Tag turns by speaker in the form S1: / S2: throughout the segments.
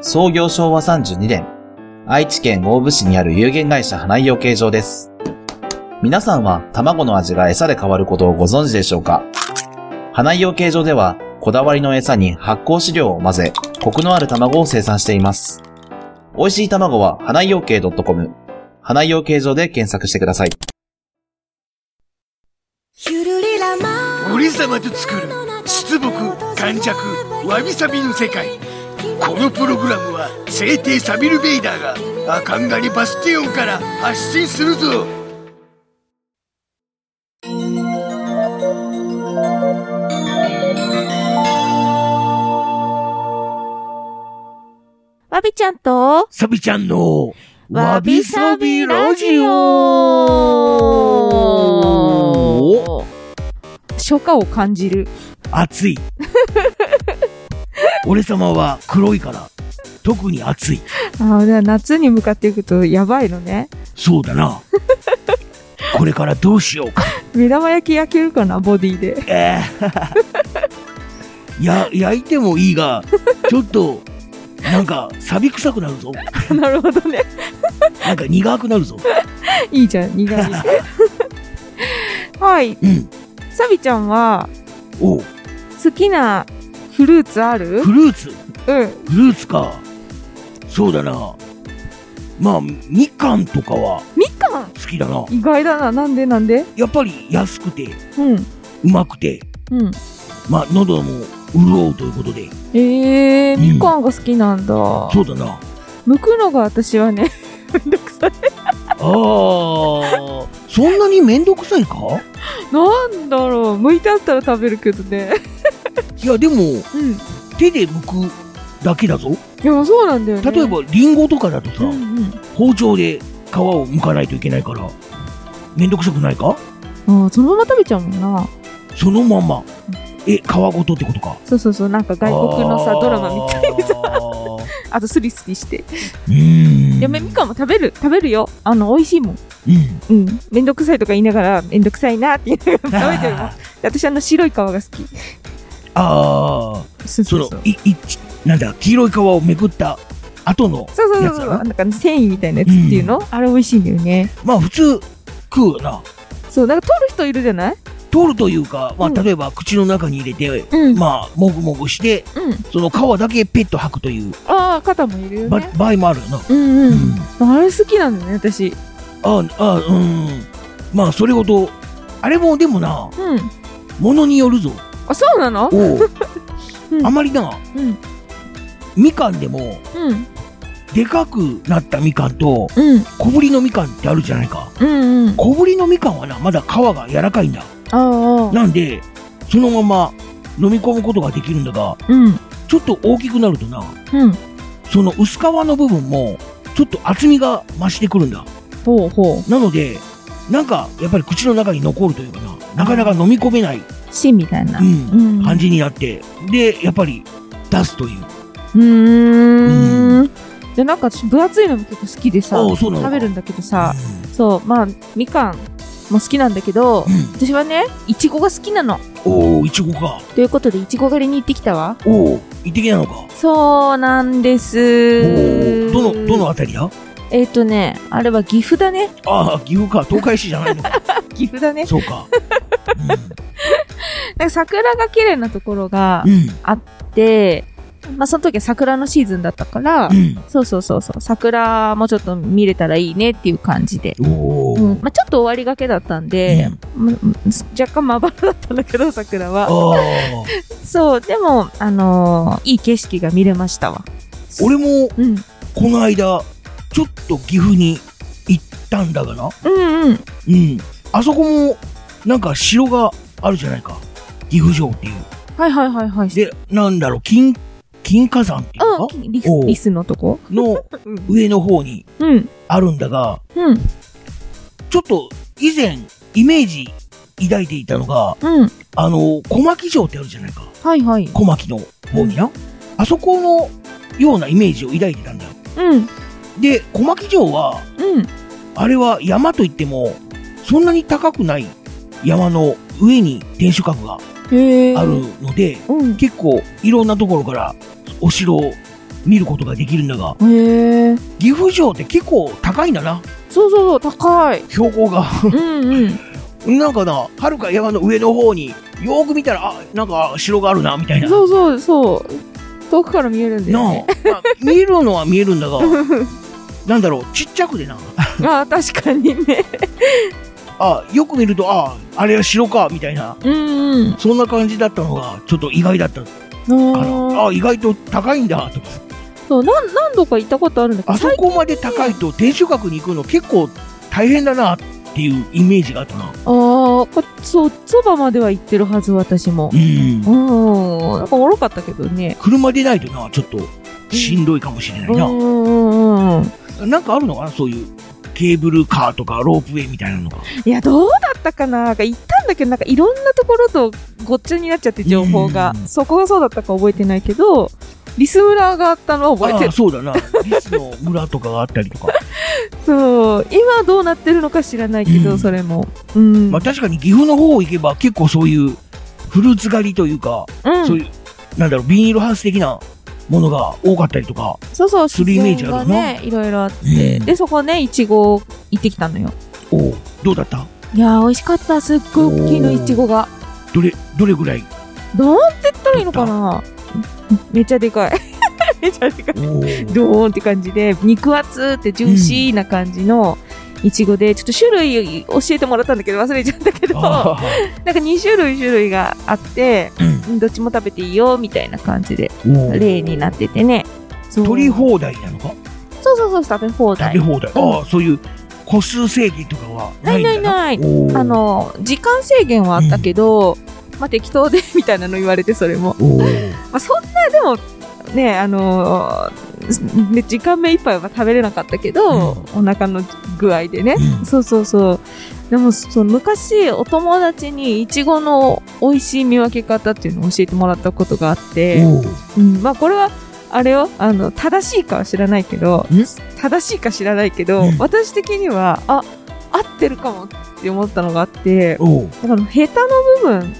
S1: 創業昭和32年、愛知県大府市にある有限会社花井養鶏場です。皆さんは卵の味が餌で変わることをご存知でしょうか花井養鶏場では、こだわりの餌に発酵飼料を混ぜ、コクのある卵を生産しています。美味しい卵は花井養鶏 .com、花井養鶏場で検索してください。
S2: 俺様と作る出木軟弱わびさびの世界このプログラムは聖帝サビル・ベイダーがアカンガリバスティオンから発信するぞ
S3: わびちゃんと、
S2: サビちゃんの
S3: わびさびラジオ初夏を感じる。
S2: 暑い俺様は黒いから特に暑い
S3: ああ、だから夏に向かっていくとやばいのね。
S2: そうだな これからどうしようか
S3: 目玉焼き焼けるかな、ボディで。
S2: えー や焼いてもいいがちょっとなんか錆び臭くなるぞ
S3: なるほどね。
S2: なんか苦くなるぞ
S3: いいじゃん、苦 味。はい。
S2: うん
S3: サビちゃんは、
S2: おう
S3: 好きなフルーツある
S2: フルーツ
S3: うん。
S2: フルーツかそうだなまあみかんとかは
S3: みかん
S2: 好きだな
S3: 意外だな。なんでなんで
S2: やっぱり安くて
S3: うん。
S2: うまくて
S3: うん。
S2: まあ喉も潤うということで
S3: えー、
S2: うん
S3: みかんが好きなんだ。
S2: そうだな
S3: 剥くのが私はね、 めんどくさい。
S2: あ ーそんなに面倒くさいか
S3: なんだろう。剥いてあったら食べるけどね。
S2: いやでも
S3: うん。
S2: 手で剥くだけだぞ
S3: でもそうなんだよね。
S2: 例えばリンゴとかだとさ、
S3: うんうん、
S2: 包丁で皮を剥かないといけないから面倒くさくないか
S3: あーそのまま食べちゃうもんな。
S2: そのままえ皮ごとってことか
S3: そうそうそう、なんか外国のさ、ドラマみたい。
S2: にさ
S3: あとスリスリして。
S2: うーん
S3: やめ、みかんも食べる、食べるよ。あの、美味しいもん。
S2: うん
S3: うん。めんどくさいとか言いながら、めんどくさいなって言いなが ら食べてるもん。
S2: あ
S3: で私、 あの、白い皮が好き。
S2: あ
S3: そ
S2: そ
S3: うそ
S2: の
S3: うそう。
S2: いいなんだ黄色い皮をめくった後の
S3: そうそう
S2: や
S3: そう
S2: つだ
S3: そう。
S2: な
S3: なんか繊維みたいなやつっていうの、あれ美味しいんだよね。
S2: まあ普通食うよな
S3: そう、なんか取る人いるじゃない
S2: 取るというか、まあ、
S3: うん
S2: 例えば口の中に入れて、
S3: うん。
S2: まあもぐもぐして
S3: うん。
S2: その皮だけペット吐くという
S3: ああ、肩もいるよ
S2: ば
S3: ね。
S2: 場合もあるよな、
S3: うん
S2: う
S3: うんん。あれ好きなんだよね、私。
S2: ああうんまあそれほどあれもでもな
S3: うん。
S2: ものによる ぞ
S3: あ、そうなの
S2: おう
S3: うん
S2: あまりな
S3: うん。
S2: みかんでも
S3: うん。
S2: でかくなったみかんと
S3: うん。
S2: 小ぶりのみかんってあるじゃないか
S3: うんうん。
S2: 小ぶりのみかんはなまだ皮が柔らかいんだ
S3: ああああ。
S2: なんでそのまま飲み込むことができるんだが
S3: うん。
S2: ちょっと大きくなるとな
S3: うん。
S2: その薄皮の部分もちょっと厚みが増してくるんだ
S3: ほうほ
S2: なのでなんかやっぱり口の中に残るというかななかなか飲み込めない、
S3: う。芯みたいな。
S2: う、
S3: うんん。
S2: 感じになってでやっぱり出すという
S3: うーん。で、なんか私分厚いのも結構好きでさ、
S2: ああそうなの
S3: 食べるんだけどさ、
S2: う
S3: そう、まあ、みかんも好きなんだけど、
S2: ん
S3: 私はね、いちごが好きなの。
S2: おおいちごか
S3: ということで、いちご狩りに行ってきたわ。
S2: おお一滴なのか
S3: そうなんで
S2: おお
S3: す。
S2: どのどのあたりだ
S3: えっ、とね、あれは岐阜だね。
S2: ああ岐阜か東海市じゃないのか
S3: 岐阜だね。
S2: そう か
S3: なんか桜が綺麗なところが
S2: うん
S3: で、まあ、その時は桜のシーズンだったから、
S2: うん、
S3: そうそうそうそう、桜もちょっと見れたらいいねっていう感じで。
S2: うん、おお、
S3: うんまあ、ちょっと終わりがけだったんで、ま若干まばらだったんだけど、桜
S2: あ
S3: は。
S2: あ
S3: そう、でも、あのーいい景色が見れましたわ。
S2: 俺も
S3: うん。
S2: この間ちょっと岐阜に行ったんだがな
S3: うんう
S2: う
S3: ん。
S2: んあそこもなんか城があるじゃないか岐阜城っていう
S3: はいはいはいはい。
S2: でなんだろう金金火山っていうのか
S3: うん、リス
S2: おう
S3: リスのとこ
S2: の上の方に
S3: うん、
S2: あるんだが、
S3: うん、
S2: ちょっと以前イメージ抱いていたのが、
S3: うん。
S2: あの、小牧城ってあるじゃないか。
S3: はいはい。
S2: 小牧の方にな。あそこのようなイメージを抱いてたんだよ。
S3: うん、
S2: で、小牧城は、
S3: うん、
S2: あれは山といっても、そんなに高くない山の上に天守閣が
S3: へえ。
S2: あるので、
S3: うん。
S2: 結構いろんなところからお城を見ることができるんだが、
S3: へえ。
S2: 岐阜城って結構高いんだな、
S3: そうそうそう、高い。
S2: 標高が。
S3: うん、うん。
S2: なんかな、はるか山の上の方に、よーく見たら、あ、なんか城があるな、みたいな。
S3: そうそうそう。遠くから見えるんだ
S2: な
S3: よ
S2: あ
S3: ね。、
S2: まあ見えるのは見えるんだが、 なんだろう、ちっちゃくでな、
S3: ああ、確かにね。
S2: あ、よく見ると、あ、あれは城か、みたいな。
S3: うんうん。
S2: そんな感じだったのが、ちょっと意外だった。あ
S3: あ
S2: のあ意外と高いんだとか
S3: ーそうなん何度か行ったことあるんだけど、
S2: あそ
S3: 最
S2: こまで高いと天守閣に行くの結構大変だなっていうイメージがあったな
S3: ああ、こそう、そばまでは行ってるはず、私も
S2: う。ん
S3: うん。なんかおもろかったけどね。
S2: 車でないとなちょっとしんどいかもしれな
S3: う
S2: い
S3: ん
S2: な、
S3: うんうん。
S2: なんかあるのかなそういうケーブルカーとかロープウェイみたいなのが
S3: いや、どうだったかななんか行ったんだけど、なんかいろんなところとごっちゃになっちゃって、情報が
S2: う。ん
S3: そこがそうだったか覚えてないけど、リス村があったのは覚えて
S2: あ
S3: る
S2: あ。そうだなリスの村とかがあったりとか
S3: そう。今どうなってるのか知らないけど、
S2: うん
S3: それも。うん。
S2: まあ確かに岐阜の方行けば結構そういうフルーツ狩りというか、
S3: うん
S2: そういうなんだろうビニールハウス的なものが多かったりとか、
S3: そうそう、
S2: するイメージあるな
S3: 自然がね、いろいろあって。
S2: うん
S3: で、そこね、いちご行ってきたのよ。
S2: おうどうだった
S3: いやー、美味しかった。すっごい大きいの、
S2: お
S3: い
S2: ー
S3: ちごが。
S2: どれどれぐらい
S3: どーんって言ったらいいのかなめっちゃでかい。 めちゃでかい。
S2: おう
S3: ドーンって感じで、肉厚ってジューシーな感じの、いちごで、ちょっと種類教えてもらったんだけど忘れちゃったけど、なんか
S2: ああ
S3: 2種類種類があって、
S2: うん
S3: どっちも食べていいよ、みたいな感じで、
S2: おう
S3: 例になっててね。そう
S2: 取り放題なのか
S3: そうそうそう、食べ放
S2: 食
S3: 題
S2: べ。放題、
S3: うん
S2: ああそういう個数制限とかはな
S3: ないい
S2: ん
S3: な
S2: だ
S3: いない。
S2: おう
S3: あの、時間制限はあったけど、まあ適当でみたいなの言われて、それも。
S2: おう
S3: まあそんな、でも、ね、あのーね時間目いっぱいは食べれなかったけど、お腹の具合でね。
S2: うん
S3: そうそうそう。でも、その昔、お友達にイチゴの美味しい見分け方っていうのを教えてもらったことがあって、
S2: おう
S3: うん、まあこれは、あれよ、あの、正しいかは知らないけど
S2: ん、
S3: 正しいか知らないけど
S2: うん、
S3: 私的には、あ、合ってるかもって思ったのがあって、
S2: おう
S3: だからヘタの部分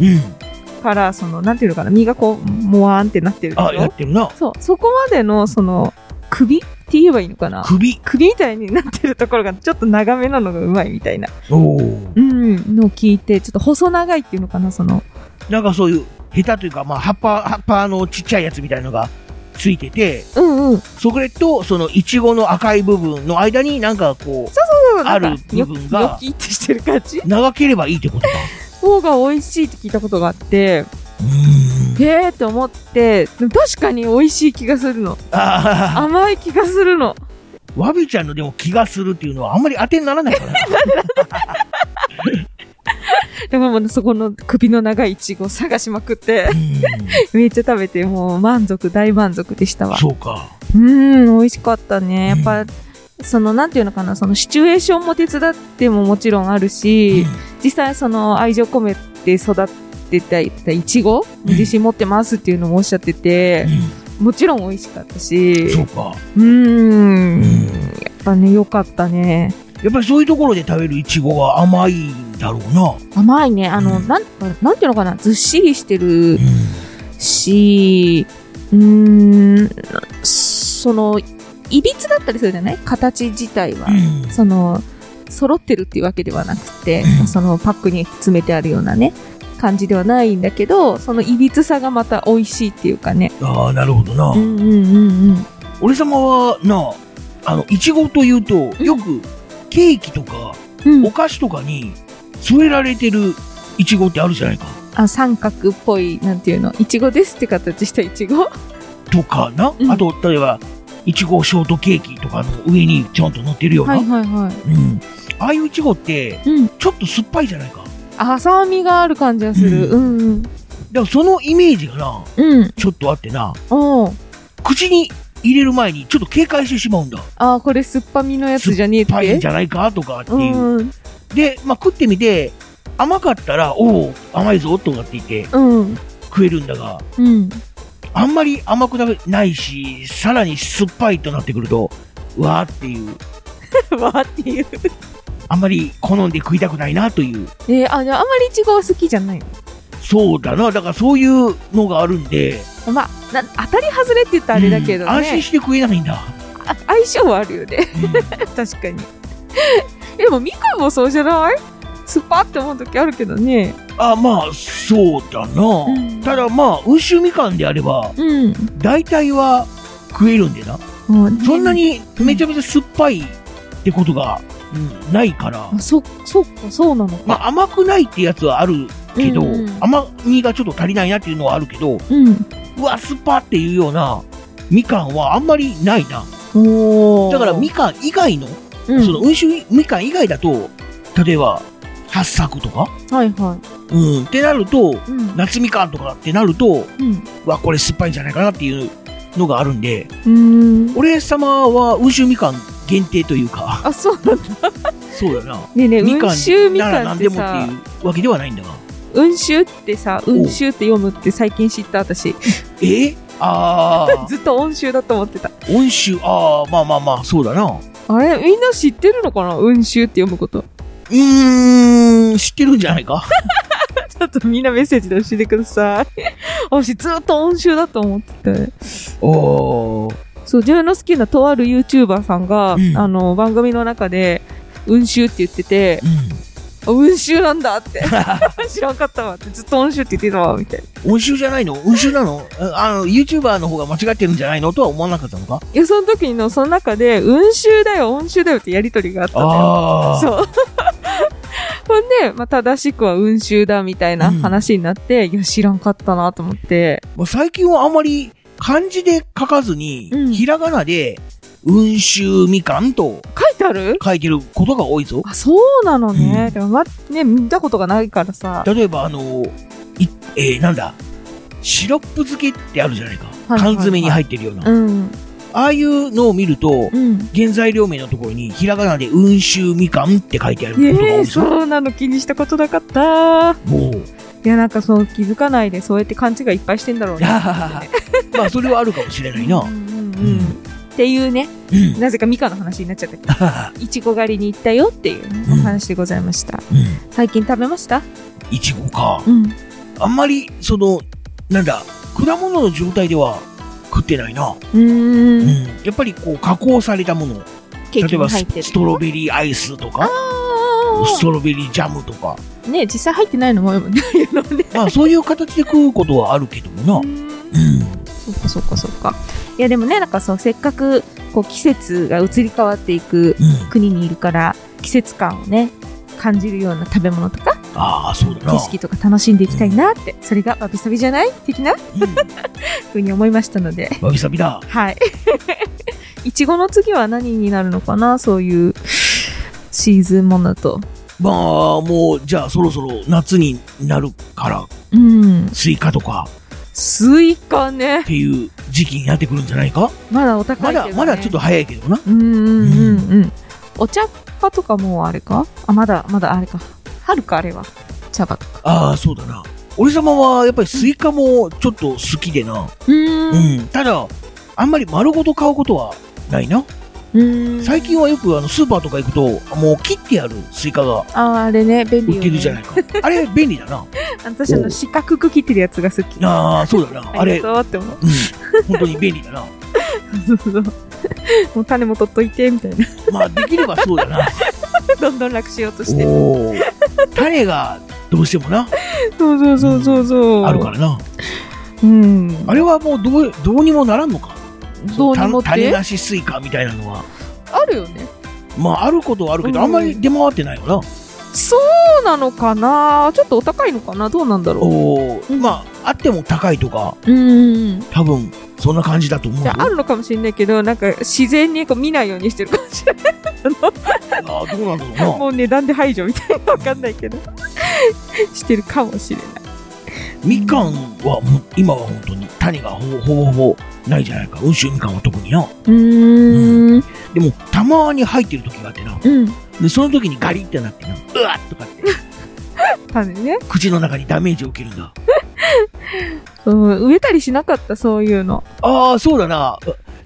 S2: うん
S3: から、その、なんていうのかな、身がこう、もわーんってなってるでし
S2: あやっ
S3: ょ
S2: てるな
S3: そう、そこまでの、その、首って言えばいいのかな
S2: 首
S3: 首みたいになってるところがちょっと長めなのがうまいみたいな、
S2: おう
S3: うん、のを聞いて、ちょっと細長いっていうのかな、その、
S2: なんかそういうヘタというか、まあ、葉っぱ葉っぱのちっちゃいやつみたいのがついてて
S3: うんうん、
S2: それとそのいちごの赤い部分の間になんかこう
S3: そうなんか
S2: ある部分が
S3: よよきってしてる感じ
S2: 長ければいいってことか
S3: 方が美味しいって聞いたことがあって、
S2: うーん
S3: へえーって思って、でも確かに美味しい気がするの。
S2: ああ
S3: 甘い気がするの。
S2: わびちゃんのでも気がするっていうのはあんまり当てにならないからな
S3: でももうそこの首の長いイチゴ探しまくって
S2: う、ー
S3: めっちゃ食べて、もう満足、大満足でしたわ
S2: ん。そうか
S3: うーん、美味しかったね。やっ
S2: う
S3: ぱ
S2: ん、
S3: その、なんていうのかな、そのシチュエーションも手伝ってももちろんある
S2: うん
S3: し、実際その愛情込めて育ってた、いちご
S2: うん
S3: 自信持ってますっていうのもおっしゃってて、もちろん美味しかったし、
S2: そううか
S3: ーん、
S2: うん
S3: やっぱね、良かったね。
S2: やっぱりそういうところで食べるイチゴは甘いんだろうな。
S3: 甘いね、あの、
S2: うん
S3: なん、なんていうのかな、ずっしりしてるし、うーん、その、いびつだったりするじゃない形自体は。
S2: うん
S3: その、揃ってるっていうわけではなくて
S2: う、ん
S3: そのパックに詰めてあるようなね、感じではないんだけど、そのいびつさがまた美味しいっていうかね。
S2: ああ、なるほどな。
S3: うんうんうんうん。
S2: 俺様はな、あの、イチゴというと、よくケーキとか
S3: うん
S2: お、菓子とかに添えられてるイチゴってあるじゃないか。
S3: あ三角っぽい、なんていうの、いちごですって形したいちご。
S2: とかな。
S3: うん
S2: あと、例えば、イチゴショートケーキとかの上にちゃんと乗ってるような。
S3: はいは
S2: うん。ああいうイチゴって、
S3: い。うん。
S2: ちょっと酸っぱいじゃないか。
S3: あ、酸味がある感じがす
S2: う
S3: る。うんうん。
S2: からそのイメージがな、
S3: うん。
S2: ちょっとあってな、
S3: おう
S2: 口に入れる前にちょっと警戒してしまうんだ。
S3: あー、これ酸っぱみのやつじゃねえって。
S2: パインじゃないかとかっていう。
S3: うん。
S2: で、まあ、食ってみて、甘かったら、おお、甘いぞとかって言って
S3: うん。
S2: 食えるんだが、
S3: うん。
S2: あんまり甘くないし、さらに酸っぱいとなってくると、うわーっていう、
S3: わーっていう。
S2: あんまり好んで食いたくないなという。
S3: えーあ、じゃああんまりいちごは好きじゃないの
S2: そうだな、だからそういうのがあるんで、
S3: まあ、な当たり外れって言ったらあれだけど
S2: うん安心
S3: ね。
S2: して食えないんだ。
S3: あ相性はあるよね。
S2: うん
S3: 確かに。 でも、みかんもそうじゃない酸っぱって思う時あるけどね。
S2: あ、まあ、そうだな。
S3: うん
S2: ただまあ、温州みかんであれば、
S3: うん。
S2: 大体は食えるんでな。そんなにめちゃめちゃ酸っぱいってことが、うんないから。
S3: あそそっかそうなのか、
S2: まあ、甘くないってやつはあるけど、
S3: うんうん
S2: 甘みがちょっと足りないなっていうのはあるけど、
S3: うん
S2: うわ、酸っぱっていうようなみかんはあんまりないな。
S3: おー
S2: だからみかん以外の、
S3: うん
S2: その温州みかん以外だと、例えば、八作とか、
S3: はいは
S2: うん、ってなると、
S3: いうん
S2: 夏みかんとかってなると、
S3: うん
S2: うわ、これ酸っぱいんじゃないかなっていうのがあるんで、
S3: うーん
S2: 俺様は温州みかん限定というか、
S3: あそうなんだ
S2: そうだな。
S3: ねえね え
S2: みか
S3: 温州
S2: ん
S3: み
S2: なら
S3: かん
S2: 何
S3: っ
S2: で
S3: て
S2: もって
S3: さ
S2: いうわけではないんだが。
S3: 温州ってさ温州って読むって最近知った私
S2: えあ あ。
S3: ずっと温州だと思ってた
S2: 温州、ああ、まあまあまあ、そうだな。う
S3: あれみんな知ってるのかな温州って読むこと
S2: ーん、知ってるんじゃないか
S3: ちょっとみんなメッセージで教えてください 私ずっと温州だと思ってて
S2: おー。
S3: そう自分の好きなとある YouTuber さんが、
S2: うん
S3: あの番組の中で温州って言ってて
S2: う。
S3: あ温州なんだって 知らんかったわってずっと温州って言ってたわみたいなん
S2: 温州じゃないの温州なのああの、YouTuber の方が間違ってるんじゃないのとは思わなかったのか
S3: いやその時のその中で温州だよ温州だよってやりとりがあったんだよ
S2: あ
S3: そう ほんで、まあ、正しくは温州だみたいな話になって、いや知らんかったなと思って
S2: もう最近はあんまり漢字で書かずに、
S3: うん
S2: ひらがなで、温州みかんと
S3: 書いてある
S2: 書いてることが多いぞ。
S3: あそうなのね、
S2: うん
S3: でもまね見たことがないからさ
S2: 例えば、あの、いえー、なんだ、シロップ漬けってあるじゃないか。
S3: はいはい
S2: 缶詰に入ってるような。
S3: うん
S2: ああいうのを見ると、
S3: うん
S2: 原材料名のところにひらがなで「温州みかん」って書いてある
S3: え
S2: ことが多い
S3: ー、
S2: ぞ、
S3: そうなの気にしたことなかった
S2: もう
S3: いやなんかそう気づかないでそうやって勘違いいっぱいしてんだろうね
S2: まあそれはあるかもしれないな
S3: う
S2: うん
S3: うんうんっていうね
S2: ん
S3: なぜかみかんの話になっちゃったけどいちご狩りに行ったよっていうね、
S2: うん
S3: お話でございました
S2: うん
S3: 最近食べました
S2: いちごか
S3: うん
S2: あんまりそのなんだ果物の状態では食ってないな、
S3: うん
S2: うん、やっぱりこう加工されたもの
S3: ケ
S2: 例
S3: ーキ
S2: え
S3: に
S2: ば
S3: 入っ
S2: ス
S3: てる
S2: ストロベリーアイスとか
S3: あ
S2: ストロベリージャムとか
S3: ーね実際入ってないのも あるもんねああいうのね
S2: まあそういう形で食うことはあるけどもなうん
S3: そっかそっかそっかいやでもねなんかそうせっかくこう季節が移り変わっていく
S2: うん
S3: 国にいるから季節感をね感じるような食べ物とか
S2: ああそうだな
S3: 景色とか楽しんでいきたいなってそれがわびさびじゃない的な
S2: うん
S3: ふうに思いましたので
S2: わびさびだ
S3: はい いちごの次は何になるのかなそういうシーズンものだと
S2: まあもうじゃあそろそろ夏になるから
S3: うん
S2: スイカとか
S3: スイカね
S2: っていう時期になってくるんじゃないか
S3: まだお高
S2: ま
S3: いけ
S2: だ、
S3: ど、ね、
S2: まだちょっと早いけどな
S3: うんうんうんうんお茶っ葉とかもうあれかあまだまだあれか春かあれは茶葉とか
S2: ああそうだな俺様はやっぱりスイカもちょっと好きでな
S3: う
S2: う
S3: ーん
S2: ん、ただあんまり丸ごと買うことはないな
S3: うん
S2: 最近はよくあのスーパーとか行くともう切ってあるスイカが
S3: あーあれね便
S2: 売
S3: 利よ、ね、
S2: ってるじゃないか、あれ便利だ な
S3: 私あの四角く切ってるやつが好き
S2: ああそうだなあ
S3: あり
S2: れ
S3: がとうって思う
S2: うん本当に便利だな
S3: そうそうもう種も取っといてみたいな
S2: まあできればそうだな
S3: どんどん楽しようとして
S2: おお種がどうしてもな
S3: そうそうそうそうそう
S2: あるからな
S3: うん
S2: あれはもうどうどうにもならんのか
S3: どうにもっ
S2: 種種
S3: て
S2: なしスイカみたいなのは
S3: あるよね
S2: まああることはあるけど、
S3: うん
S2: あんまり出回ってないよな。
S3: そうなのかなちょっとお高いのかなどうなんだろ
S2: おー
S3: うん
S2: まああっても高いとか
S3: ううん
S2: 多分そんな感じだと思う
S3: じ
S2: よ。
S3: ゃああるのかもしれないけどなんか自然にこう見ないようにしてるかもしれない
S2: あーどうなんだろう
S3: もう値段で排除みたいなわかんないけどしてるかもしれない
S2: みかんはもう今は本当に種がほぼほぼほぼないじゃないか温州みかんは特によ
S3: うーん。
S2: でもたまに入ってる時があってな
S3: うん。
S2: でその時にガリってなってなうわっとかって
S3: 種ね。
S2: 口の中にダメージを受けるんだ
S3: うん。植えたりしなかった、そういうの。
S2: ああそうだな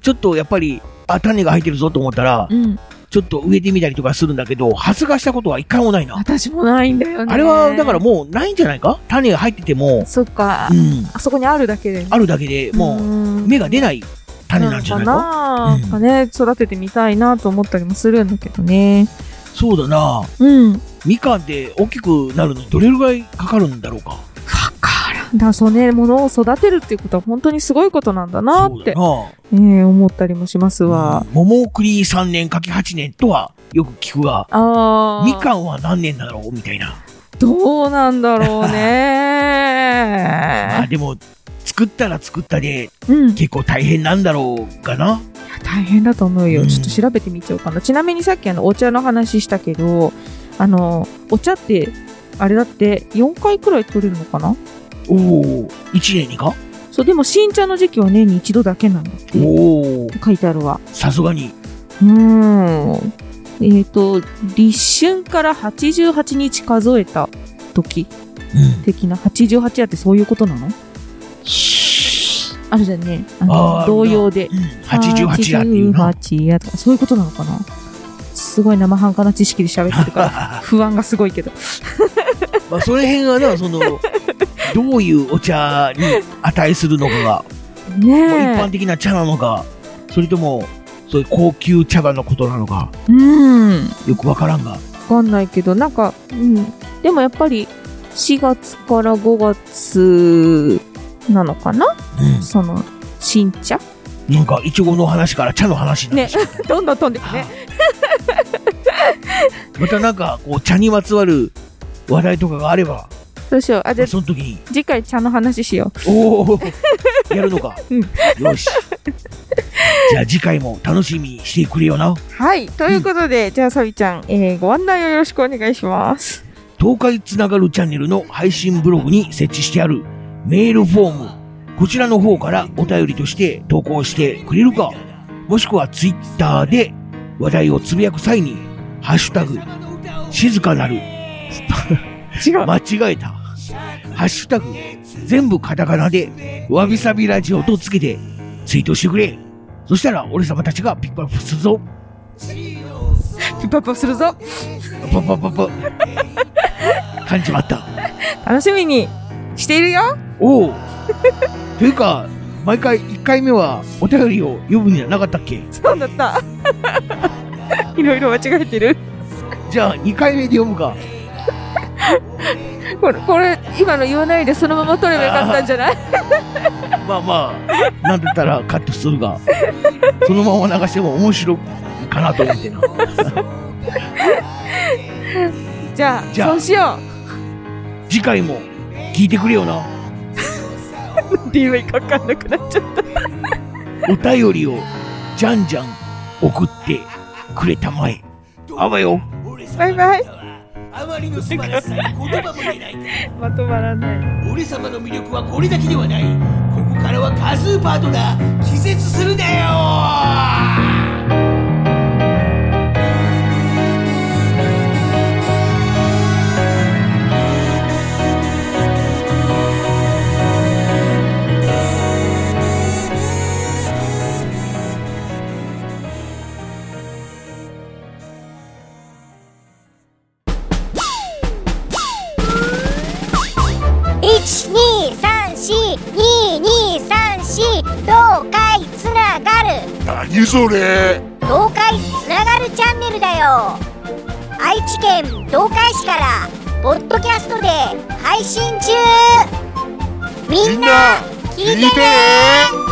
S2: ちょっとやっぱりあ種が入ってるぞと思ったら
S3: うん。
S2: ちょっと植えてみたりとかするんだけど発芽したことは一回もないな
S3: 私もないんだよね。
S2: あれはだから、もうないんじゃないか種が入ってても
S3: そっか
S2: う。ん
S3: あそこにあるだけでね。
S2: あるだけでもう
S3: う
S2: 芽が出ない種なんじゃないか
S3: な
S2: うん
S3: んかね、育ててみたいなと思ったりもするんだけどね。
S2: そうだな
S3: うん。わ
S2: みかんって大きくなるのにどれぐらいかかるんだろうか
S3: からん。だからそうね、物を育てるっていうことは本当にすごいことなんだなって、
S2: そう
S3: ええ思ったりもします
S2: だ
S3: わ
S2: な。桃栗3年柿8年とはよく聞くが
S3: ああ。
S2: みかんは何年だろうみたいな
S3: どうなんだろう
S2: まあ
S3: ね。
S2: でも作ったら作ったで
S3: うん。
S2: 結構大変なんだろうかな
S3: 大変だと思う
S2: う
S3: よ。
S2: ん
S3: ちょっと調べてみちゃおうかな。ちなみにさっきあのお茶の話したけど、あの、お茶って、あれだって4回くらい取れるのかな
S2: おお1年にか
S3: そう、でも新茶の時期は年に一度だけなんだって
S2: おお
S3: 書いてあるわ。
S2: さすがに
S3: うーん。えっ、と、立春から88日数えた時
S2: うん
S3: 的な、88夜ってそういうことなのあるじゃんね。あの
S2: あー
S3: 同様で
S2: う。ん88だっていうな
S3: 88やとか、そういうことなのかなすごい生半可な知識で喋って るから、不安がすごいけど。
S2: まあその辺はなそ のどういうお茶に値するのかがもう一
S3: ね
S2: 般
S3: え。
S2: 的な茶なのか、それとも、そういう高級茶葉のことなのか、
S3: うん。わ
S2: よくわからんが。
S3: かんないけど、なんか、うん。でもやっぱり、4月から5月なのかな
S2: う
S3: その、新茶
S2: ん。なんか、いちごの話から茶の話になってしまっ
S3: どんどん飛んで
S2: た
S3: くね。
S2: またなんか、こう、茶にまつわる話題とかがあれば、
S3: どうしよう。あ、じ
S2: まあ
S3: ゃあ
S2: その時に、
S3: 次回茶の話しよ
S2: おおやるのか。
S3: うん
S2: よし。じゃあ次回も楽しみにしてくれよな。
S3: う。はい。ということで、じゃあサビちゃん、えーご案内をよろしくお願いします。
S2: 東海つながるチャンネルの配信ブログに設置してあるメールフォーム、こちらの方からお便りとして投稿してくれるか、もしくはツイッターで話題をつぶやく際に、ハッシュタグ、静かなる、
S3: 違う。
S2: 間違えた。ハッシュタグ、全部カタカナで、わびさびラジオとつけてツイートしてくれ。そしたら俺様たちがピックアップするぞ。
S3: ピップアップするぞ。
S2: パパパパ。感じまった。
S3: 楽しみにしているよ。
S2: お おというか毎回1回目はお便りを読むんじゃなかったっけ
S3: そうだ った。いろいろ間違えてる。
S2: じゃあ2回目で読むか
S3: これ、これ今の言わないでそのまま取ればよかったんじゃない
S2: まあまあなんだったらカットするがそのまま流しても面白いかなと思ってな
S3: じゃあ
S2: じゃあ
S3: そうしよ
S2: 次回も聞いてくれよな
S3: う。DV かかんなくなっちゃった。
S2: お便りをじゃんじゃん送ってくれたまえあばよ
S3: バイバイ。
S4: あまりの素晴らしさに言葉も出ない
S3: まとまらない。
S4: 俺様の魅力はこれだけではないここからはカズーパートナー気絶するなよ
S5: 12342234東海つながる
S4: 何それ
S5: 東海つながるチャンネルだよ愛知県東海市からポッドキャストで配信中みんな聞いてね